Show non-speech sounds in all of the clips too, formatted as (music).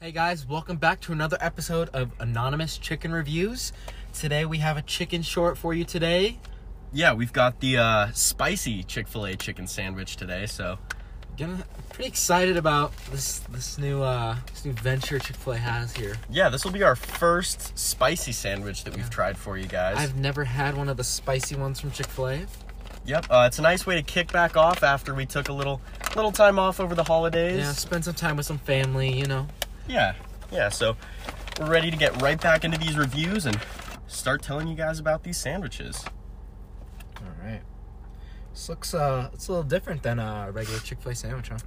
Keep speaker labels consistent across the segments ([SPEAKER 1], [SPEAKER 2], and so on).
[SPEAKER 1] Hey guys, welcome back to another episode of Anonymous Chicken Reviews. Today we have a chicken short for you today.
[SPEAKER 2] Yeah, we've got the uh, spicy Chick Fil A chicken sandwich today. So
[SPEAKER 1] Gonna pretty excited about this this new uh this new venture Chick-fil-A has here.
[SPEAKER 2] yeah, this will be our first spicy sandwich that we've tried for you guys.
[SPEAKER 1] I've never had one of the spicy ones from Chick-fil-A.
[SPEAKER 2] Yep, uh, it's a nice way to kick back off after we took a little little time off over the holidays.
[SPEAKER 1] Yeah, spend some time with some family, you know.
[SPEAKER 2] Yeah, yeah. So we're ready to get right back into these reviews and start telling you guys about these sandwiches.
[SPEAKER 1] Alright. This looks uh it's a little different than a regular Chick-fil-A sandwich, huh?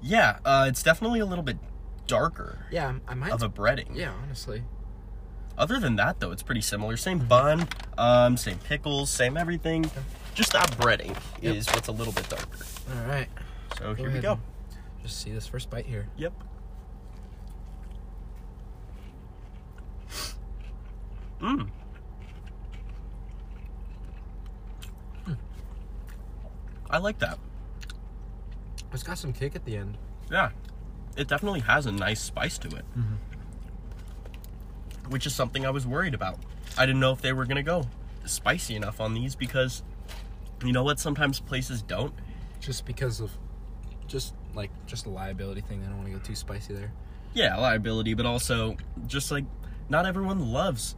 [SPEAKER 2] Yeah, uh, it's definitely a little bit darker
[SPEAKER 1] Yeah, I'm- I might
[SPEAKER 2] of a breading.
[SPEAKER 1] Yeah, honestly.
[SPEAKER 2] Other than that, though, it's pretty similar. Same bun, um, same pickles, same everything. Just that breading
[SPEAKER 1] Yep.
[SPEAKER 2] is what's a little bit darker.
[SPEAKER 1] Alright.
[SPEAKER 2] So here we go.
[SPEAKER 1] Just see this first bite here.
[SPEAKER 2] Yep. Mmm. I like that.
[SPEAKER 1] It's got some kick at the end.
[SPEAKER 2] Yeah. It definitely has a nice spice to it.
[SPEAKER 1] Mm-hmm.
[SPEAKER 2] Which is something I was worried about. I didn't know if they were going to go spicy enough on these because you know what? Sometimes places don't.
[SPEAKER 1] just because of just like just a liability thing. I don't want to go too spicy there.
[SPEAKER 2] Yeah, liability, but also just like not everyone loves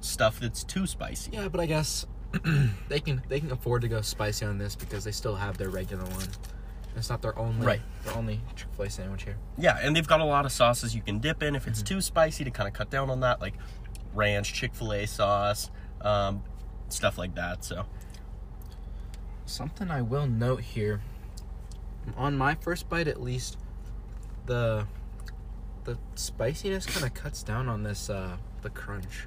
[SPEAKER 2] stuff that's too spicy.
[SPEAKER 1] Yeah, but I guess (clears throat) they can they can afford to go spicy on this because they still have their regular one. It's not their only
[SPEAKER 2] Right.
[SPEAKER 1] their only Chick Fil A sandwich here.
[SPEAKER 2] Yeah, and they've got a lot of sauces you can dip in if it's
[SPEAKER 1] Mm-hmm.
[SPEAKER 2] too spicy to kind of cut down on that, like ranch, Chick fil A sauce, um, stuff like that. So,
[SPEAKER 1] Something I will note here, on my first bite at least, the the spiciness kind of cuts down on this uh the crunch.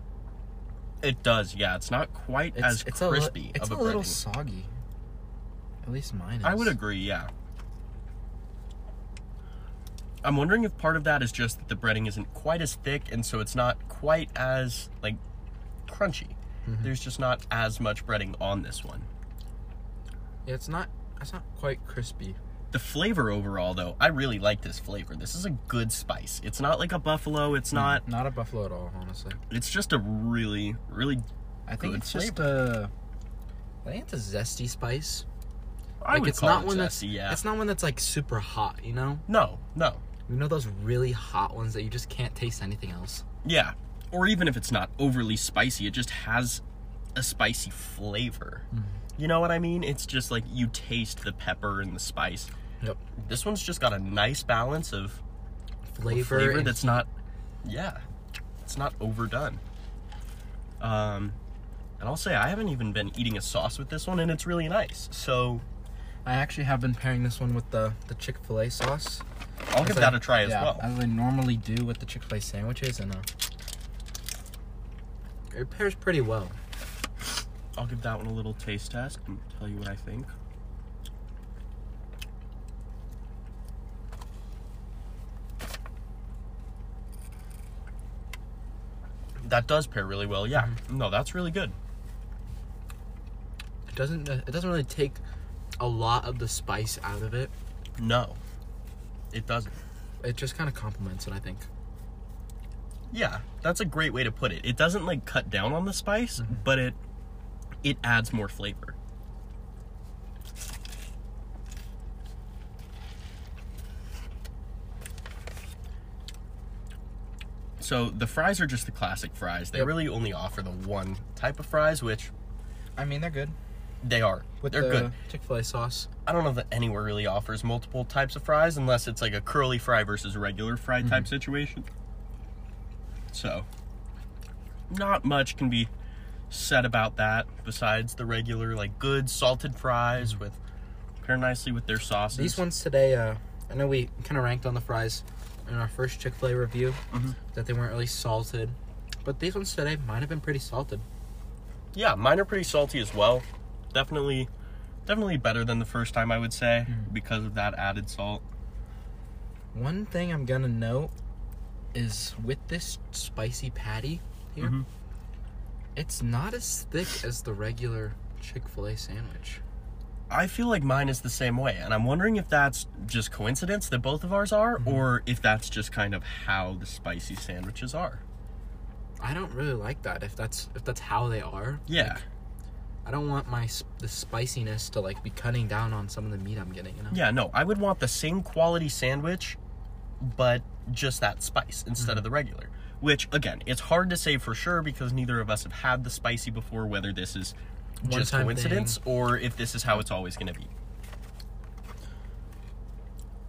[SPEAKER 2] it does, yeah, it's not quite
[SPEAKER 1] It's,
[SPEAKER 2] as
[SPEAKER 1] it's A
[SPEAKER 2] crispy
[SPEAKER 1] li- it's
[SPEAKER 2] of
[SPEAKER 1] a,
[SPEAKER 2] a,
[SPEAKER 1] little
[SPEAKER 2] breading.
[SPEAKER 1] soggy. At least mine is.
[SPEAKER 2] I would agree, yeah. I'm wondering if part of that is just that the breading isn't quite as thick, and so it's not quite as, like, crunchy.
[SPEAKER 1] Mm-hmm.
[SPEAKER 2] There's just not as much breading on this one.
[SPEAKER 1] Yeah, it's not. It's not quite crispy.
[SPEAKER 2] The flavor overall, though, I really like this flavor. This is a good spice. It's not like a buffalo. It's not.
[SPEAKER 1] Not a buffalo at all, honestly.
[SPEAKER 2] It's just a really, really.
[SPEAKER 1] I think
[SPEAKER 2] Good
[SPEAKER 1] it's just a. I think it's a zesty spice.
[SPEAKER 2] I
[SPEAKER 1] like
[SPEAKER 2] would
[SPEAKER 1] it's
[SPEAKER 2] call
[SPEAKER 1] not
[SPEAKER 2] it
[SPEAKER 1] one that's
[SPEAKER 2] zesty, yeah.
[SPEAKER 1] it's not one that's like super hot. You know,
[SPEAKER 2] no, no.
[SPEAKER 1] you know those really hot ones that you just can't taste anything else.
[SPEAKER 2] Yeah. Or even if it's not overly spicy, it just has a spicy flavor.
[SPEAKER 1] Mm-hmm.
[SPEAKER 2] You know what I mean? It's just like you taste the pepper and the spice.
[SPEAKER 1] Yep.
[SPEAKER 2] This one's just got a nice balance of
[SPEAKER 1] Flavor.
[SPEAKER 2] flavor
[SPEAKER 1] and-
[SPEAKER 2] that's not. Yeah. It's not overdone. Um. And I'll say I haven't even been eating a sauce with this one, and it's really nice. So
[SPEAKER 1] I actually have been pairing this one with the the Chick Fil A sauce.
[SPEAKER 2] I'll give
[SPEAKER 1] As I-
[SPEAKER 2] that a try as
[SPEAKER 1] yeah,
[SPEAKER 2] well.
[SPEAKER 1] As I normally do with the Chick Fil A sandwiches, and uh, it pairs pretty well.
[SPEAKER 2] I'll give that one a little taste test and tell you what I think. That does pair really well. Yeah. No, that's really good.
[SPEAKER 1] It doesn't it doesn't really take a lot of the spice out of it.
[SPEAKER 2] No. It doesn't.
[SPEAKER 1] It just kind of complements it, I think.
[SPEAKER 2] Yeah, that's a great way to put it. It doesn't like cut down on the spice,
[SPEAKER 1] Mm-hmm.
[SPEAKER 2] but it it adds more flavor. So the fries are just the classic fries. They
[SPEAKER 1] Yep.
[SPEAKER 2] really only offer the one type of fries, which
[SPEAKER 1] I mean, they're good
[SPEAKER 2] they are.
[SPEAKER 1] with
[SPEAKER 2] They're
[SPEAKER 1] the
[SPEAKER 2] good.
[SPEAKER 1] Chick Fil A sauce.
[SPEAKER 2] I don't know that anywhere really offers multiple types of fries unless it's like a curly fry versus a regular fry type situation. So, not much can be said about that besides the regular, like good salted fries with pair nicely with their sauces.
[SPEAKER 1] These ones today, uh, I know we kind of ranked on the fries in our first Chick Fil A review
[SPEAKER 2] Mm-hmm.
[SPEAKER 1] that they weren't really salted, but these ones today might have been pretty salted.
[SPEAKER 2] yeah, mine are pretty salty as well. Definitely, definitely better than the first time I would say because of that added salt.
[SPEAKER 1] One thing I'm gonna note is with this spicy patty here,
[SPEAKER 2] Mhm.
[SPEAKER 1] it's not as thick as the regular Chick Fil A sandwich.
[SPEAKER 2] I feel like mine is the same way, and I'm wondering if that's just coincidence that both of ours are, or if that's just kind of how the spicy sandwiches are.
[SPEAKER 1] I don't really like that. If that's if that's how they are,
[SPEAKER 2] Yeah,
[SPEAKER 1] I don't want my s- the spiciness to like be cutting down on some of the meat I'm getting. You know.
[SPEAKER 2] yeah. No, I would want the same quality sandwich, but just that spice instead of the regular. Which again, it's hard to say for sure because neither of us have had the spicy before. Whether this is just
[SPEAKER 1] One-time
[SPEAKER 2] coincidence or if this is how it's always going to be.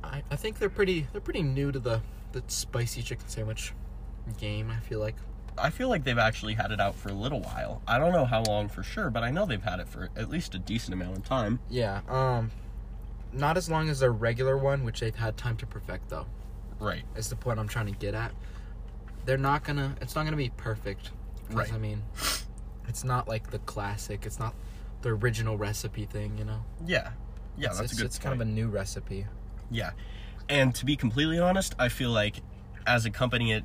[SPEAKER 1] I, I think they're pretty they're pretty new to the the spicy chicken sandwich game. I feel like
[SPEAKER 2] I feel like they've actually had it out for a little while. I don't know how long for sure, but I know they've had it for at least a decent amount of time.
[SPEAKER 1] yeah. Um, not as long as their regular one, which they've had time to perfect though.
[SPEAKER 2] Right.
[SPEAKER 1] Is the point I'm trying to get at. They're not gonna. It's not gonna be perfect. 'cause,
[SPEAKER 2] Right.
[SPEAKER 1] I mean, it's not like the classic. It's not the original recipe thing. You know.
[SPEAKER 2] Yeah. Yeah,
[SPEAKER 1] it's,
[SPEAKER 2] that's
[SPEAKER 1] it's,
[SPEAKER 2] a good
[SPEAKER 1] It's kind of a new recipe.
[SPEAKER 2] Yeah. And to be completely honest, I feel like as a company it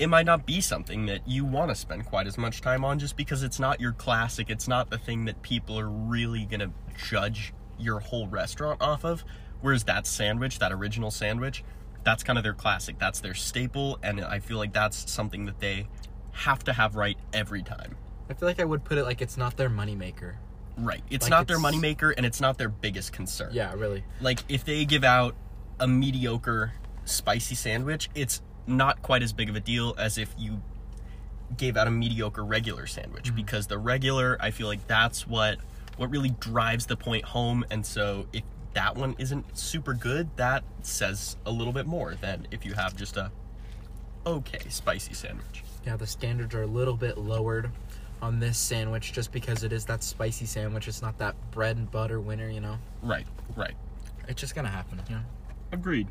[SPEAKER 2] it might not be something that you want to spend quite as much time on just because it's not your classic. It's not the thing that people are really going to judge your whole restaurant off of. Whereas that sandwich, that original sandwich, that's kind of their classic. That's their staple and I feel like that's something that they have to have right every time.
[SPEAKER 1] I feel like I would put it like it's not their moneymaker.
[SPEAKER 2] Right. It's
[SPEAKER 1] Like
[SPEAKER 2] not their
[SPEAKER 1] it's-
[SPEAKER 2] moneymaker and it's not their biggest concern.
[SPEAKER 1] Yeah, really.
[SPEAKER 2] like if they give out a mediocre spicy sandwich, it's not quite as big of a deal as if you gave out a mediocre regular sandwich because the regular, I feel like that's what what really drives the point home and so if that one isn't super good, that says a little bit more than if you have just a okay spicy sandwich.
[SPEAKER 1] Yeah, the standards are a little bit lowered on this sandwich just because it is that spicy sandwich. It's not that bread and butter winner, you know.
[SPEAKER 2] Right, right.
[SPEAKER 1] It's just gonna happen, you know.
[SPEAKER 2] Agreed.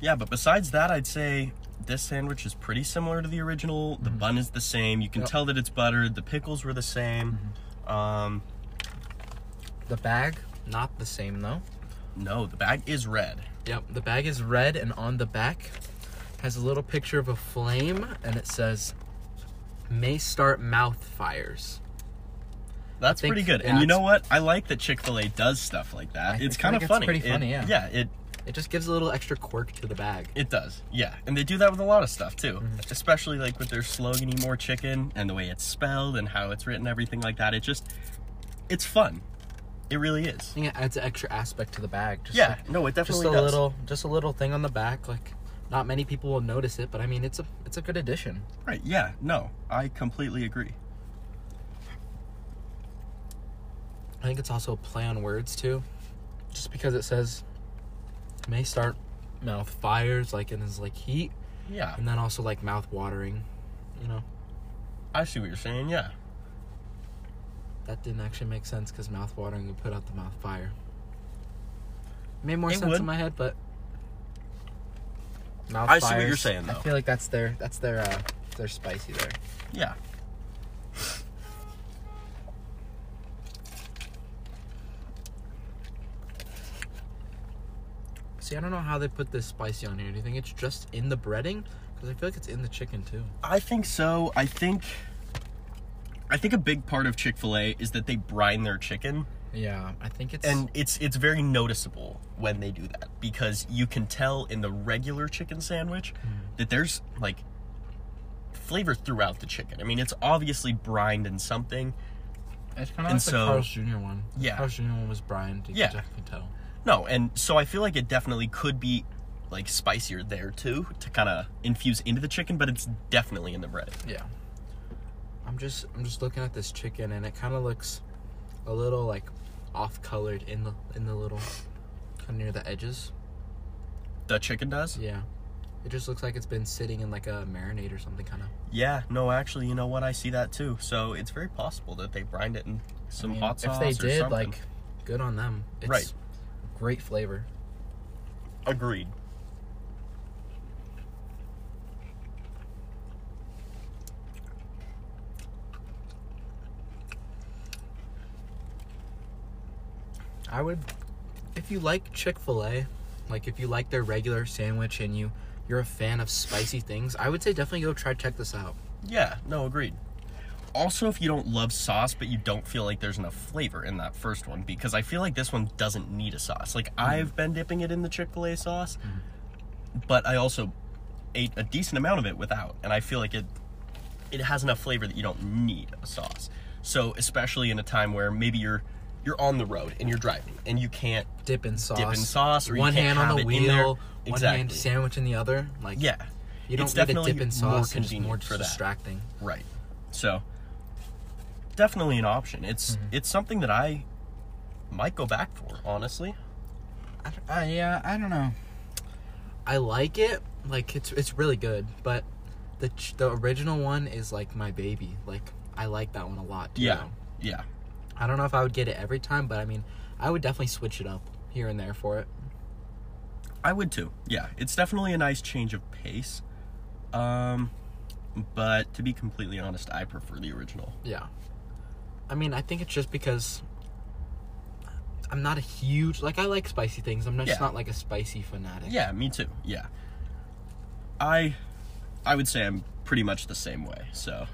[SPEAKER 2] Yeah, but besides that, I'd say this sandwich is pretty similar to the original. The bun is the same. You
[SPEAKER 1] Mm-hmm.
[SPEAKER 2] can
[SPEAKER 1] Yep. Mm-hmm.
[SPEAKER 2] tell that it's buttered. The pickles were the same. Um,
[SPEAKER 1] The bag, not the same though.
[SPEAKER 2] no, the bag is red.
[SPEAKER 1] Yep, the bag is red and on the back has a little picture of a flame and it says may start mouth fires.
[SPEAKER 2] That's
[SPEAKER 1] think
[SPEAKER 2] pretty good. And
[SPEAKER 1] that's-
[SPEAKER 2] you know what? I like that Chick Fil A does stuff like that.
[SPEAKER 1] I
[SPEAKER 2] it's
[SPEAKER 1] feel
[SPEAKER 2] kind
[SPEAKER 1] like
[SPEAKER 2] of
[SPEAKER 1] it's
[SPEAKER 2] funny.
[SPEAKER 1] pretty
[SPEAKER 2] It-
[SPEAKER 1] funny, yeah.
[SPEAKER 2] Yeah. It
[SPEAKER 1] It just gives a little extra quirk to the bag.
[SPEAKER 2] it does. Yeah, and they do that with a lot of stuff too.
[SPEAKER 1] Mm-hmm.
[SPEAKER 2] Especially like with their slogan "Eat more chicken" and the way it's spelled and how it's written, everything like that. It just, it's fun. It really is.
[SPEAKER 1] I think it adds an extra aspect to the bag. Just
[SPEAKER 2] Yeah,
[SPEAKER 1] like-
[SPEAKER 2] no, it
[SPEAKER 1] just
[SPEAKER 2] definitely
[SPEAKER 1] a
[SPEAKER 2] does.
[SPEAKER 1] little just a little thing on the back like not many people will notice it but i mean it's a it's a good addition
[SPEAKER 2] Right, yeah, no, I completely agree.
[SPEAKER 1] i think it's also a play on words too just because it says may start mouth fires like and is like heat
[SPEAKER 2] Yeah,
[SPEAKER 1] and then also like mouth watering you know
[SPEAKER 2] I see what you're saying, yeah.
[SPEAKER 1] that didn't actually make sense because mouth watering would put out the mouth fire made more
[SPEAKER 2] It
[SPEAKER 1] sense
[SPEAKER 2] would.
[SPEAKER 1] in my head but mouth
[SPEAKER 2] I see what you're saying, though.
[SPEAKER 1] i feel like that's their that's their uh their spicy there
[SPEAKER 2] Yeah.
[SPEAKER 1] See, I don't know how they put this spicy on here. Do you think it's just in the breading? Because I feel like it's in the chicken too.
[SPEAKER 2] I think so. I think I think a big part of Chick-fil-A is that they brine their chicken
[SPEAKER 1] Yeah, I think it's.
[SPEAKER 2] and it's it's very noticeable when they do that because you can tell in the regular chicken sandwich
[SPEAKER 1] Mm-hmm.
[SPEAKER 2] that there's like flavor throughout the chicken. I mean, it's obviously brined in something.
[SPEAKER 1] it's kind of
[SPEAKER 2] and
[SPEAKER 1] like the
[SPEAKER 2] so-
[SPEAKER 1] Carl's Jr. one. The
[SPEAKER 2] Yeah.
[SPEAKER 1] Carl's Jr. one was brined. You
[SPEAKER 2] Yeah.
[SPEAKER 1] can definitely tell.
[SPEAKER 2] No, and so I feel like it definitely could be like spicier there too to kind of infuse into the chicken, but it's definitely in the bread.
[SPEAKER 1] Yeah. I'm just I'm just looking at this chicken and it kind of looks a little like off colored in the in the little kind of near the edges.
[SPEAKER 2] The chicken does?
[SPEAKER 1] Yeah. It just looks like it's been sitting in like a marinade or something kind of.
[SPEAKER 2] Yeah, no, actually, you know what? I see that too. So it's very possible that they brined it in some hot sauce.
[SPEAKER 1] If they
[SPEAKER 2] or
[SPEAKER 1] did,
[SPEAKER 2] something.
[SPEAKER 1] like, good on them. It's
[SPEAKER 2] Right.
[SPEAKER 1] Great flavor.
[SPEAKER 2] Agreed.
[SPEAKER 1] I would if you like Chick-fil-A, like if you like their regular sandwich and you you're a fan of spicy things, I would say definitely go try check this out.
[SPEAKER 2] Yeah, no, agreed. also if you don't love sauce but you don't feel like there's enough flavor in that first one because i feel like this one doesn't need a sauce like
[SPEAKER 1] Mm-hmm.
[SPEAKER 2] i've been dipping it in the chick-fil-a sauce but i also ate a decent amount of it without and i feel like it it has enough flavor that you don't need a sauce so especially in a time where maybe you're you're on the road and you're driving and you can't
[SPEAKER 1] Dip in sauce.
[SPEAKER 2] sauce, or you
[SPEAKER 1] one
[SPEAKER 2] can't
[SPEAKER 1] hand on
[SPEAKER 2] have
[SPEAKER 1] the
[SPEAKER 2] it in there.
[SPEAKER 1] wheel, one hand
[SPEAKER 2] Exactly.
[SPEAKER 1] sandwich in the other. Like
[SPEAKER 2] yeah
[SPEAKER 1] you don't
[SPEAKER 2] it's
[SPEAKER 1] need a
[SPEAKER 2] definitely
[SPEAKER 1] dip in
[SPEAKER 2] more
[SPEAKER 1] sauce. It's
[SPEAKER 2] convenient
[SPEAKER 1] more
[SPEAKER 2] for
[SPEAKER 1] just
[SPEAKER 2] that.
[SPEAKER 1] distracting.
[SPEAKER 2] Right. So definitely an option. It's
[SPEAKER 1] Mm-hmm.
[SPEAKER 2] it's something that I might go back for, honestly.
[SPEAKER 1] I, d- uh, yeah, I don't know. I like it. Like it's it's really good, but the ch- the original one is like my baby. Like I like that one a lot. Too.
[SPEAKER 2] Yeah.
[SPEAKER 1] I don't know if I would get it every time, but I mean, I would definitely switch it up here and there for it.
[SPEAKER 2] I would too. Yeah. It's definitely a nice change of pace. Um but to be completely honest, I prefer the original.
[SPEAKER 1] Yeah. I mean, I think it's just because I'm not a huge like I like spicy things. I'm just
[SPEAKER 2] Yeah.
[SPEAKER 1] not like a spicy fanatic.
[SPEAKER 2] Yeah, me too. Yeah. I I would say I'm pretty much the same way. So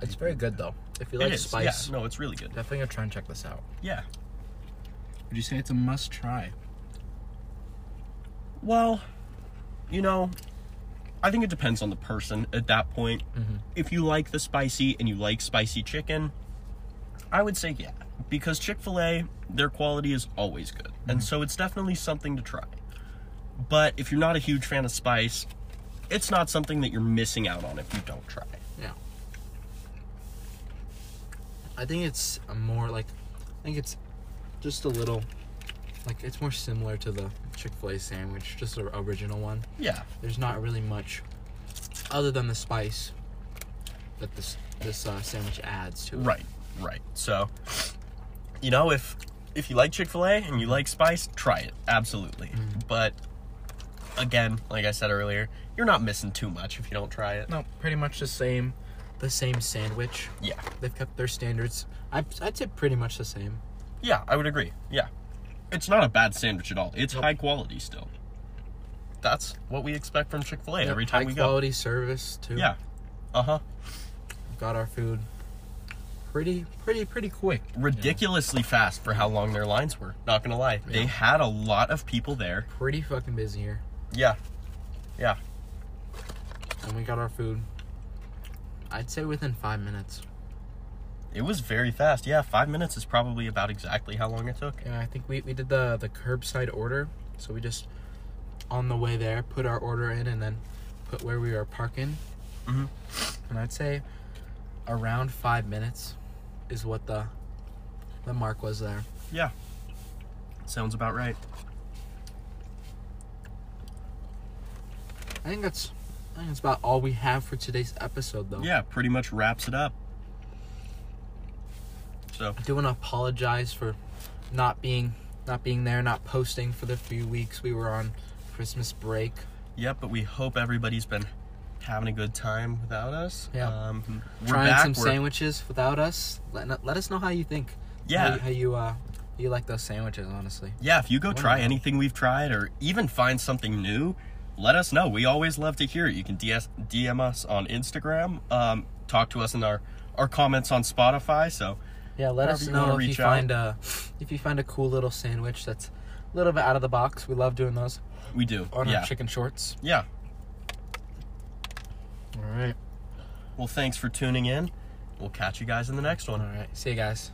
[SPEAKER 1] It's very good though. If you
[SPEAKER 2] It
[SPEAKER 1] like
[SPEAKER 2] is,
[SPEAKER 1] spice,
[SPEAKER 2] Yeah. No, it's really good.
[SPEAKER 1] definitely gonna try and check this out.
[SPEAKER 2] Yeah.
[SPEAKER 1] Would you say it's a must try?
[SPEAKER 2] Well, you know, I think it depends on the person at that point. If you like the spicy and you like spicy chicken, I would say yeah, because Chick fil A, their quality is always good. And so it's definitely something to try. But if you're not a huge fan of spice, it's not something that you're missing out on if you don't try. it.
[SPEAKER 1] Yeah. I think it's a more like I think it's just a little like it's more similar to the Chick-fil-A sandwich, just the original one.
[SPEAKER 2] Yeah.
[SPEAKER 1] There's not really much other than the spice that this this uh, sandwich adds to it.
[SPEAKER 2] Right, right. So, you know, if if you like Chick Fil A and you like spice, try it absolutely.
[SPEAKER 1] Mm-hmm.
[SPEAKER 2] But again, like I said earlier, you're not missing too much if you don't try it.
[SPEAKER 1] No, pretty much the same the same sandwich.
[SPEAKER 2] Yeah,
[SPEAKER 1] They've kept their standards. I I'd say pretty much the same.
[SPEAKER 2] yeah, I would agree. Yeah, it's not a bad sandwich at all. It's high quality still. That's what we expect from Chick Fil A every time
[SPEAKER 1] High
[SPEAKER 2] we
[SPEAKER 1] quality service too.
[SPEAKER 2] go. Yeah. Uh huh.
[SPEAKER 1] Got our food pretty pretty pretty quick.
[SPEAKER 2] Ridiculously fast for how long their lines were. Not gonna lie, they
[SPEAKER 1] Yeah.
[SPEAKER 2] had a lot of people there.
[SPEAKER 1] Pretty fucking busy here.
[SPEAKER 2] Yeah, yeah.
[SPEAKER 1] and we got our food. I'd say within five minutes.
[SPEAKER 2] It was very fast. Yeah, five minutes is probably about exactly how long it took.
[SPEAKER 1] Yeah, I think we, we did the the curbside order, so we just on the way there put our order in and then put where we were parking.
[SPEAKER 2] Mhm.
[SPEAKER 1] And I'd say around five minutes is what the the mark was there.
[SPEAKER 2] Yeah. Sounds about right.
[SPEAKER 1] I think that's I think that's about all we have for today's episode though.
[SPEAKER 2] Yeah, pretty much wraps it up. So,
[SPEAKER 1] I do want to apologize for not being not being there, not posting for the few weeks we were on Christmas break.
[SPEAKER 2] yep, but we hope everybody's been having a good time without us.
[SPEAKER 1] Yeah. Mm-hmm.
[SPEAKER 2] Um, we're
[SPEAKER 1] trying
[SPEAKER 2] back.
[SPEAKER 1] some
[SPEAKER 2] we're,
[SPEAKER 1] sandwiches without us. Let, let us know how you think. How,
[SPEAKER 2] Yeah.
[SPEAKER 1] you- how you uh you like those sandwiches, honestly.
[SPEAKER 2] Yeah, if you go
[SPEAKER 1] Wonder
[SPEAKER 2] try
[SPEAKER 1] how-
[SPEAKER 2] anything we've tried or even find something new, let us know. We always love to hear it. You can DS, DM us on Instagram, um, talk to us in our, our comments on Spotify. So,
[SPEAKER 1] Yeah, let us
[SPEAKER 2] However you wanna
[SPEAKER 1] know if you
[SPEAKER 2] reach out.
[SPEAKER 1] find a if you find a cool little sandwich that's a little bit out of the box. We love doing those
[SPEAKER 2] we do.
[SPEAKER 1] on
[SPEAKER 2] yeah.
[SPEAKER 1] our chicken shorts.
[SPEAKER 2] yeah.
[SPEAKER 1] All right.
[SPEAKER 2] Well, thanks for tuning in. We'll catch you guys in the next
[SPEAKER 1] All
[SPEAKER 2] one.
[SPEAKER 1] right. See you guys.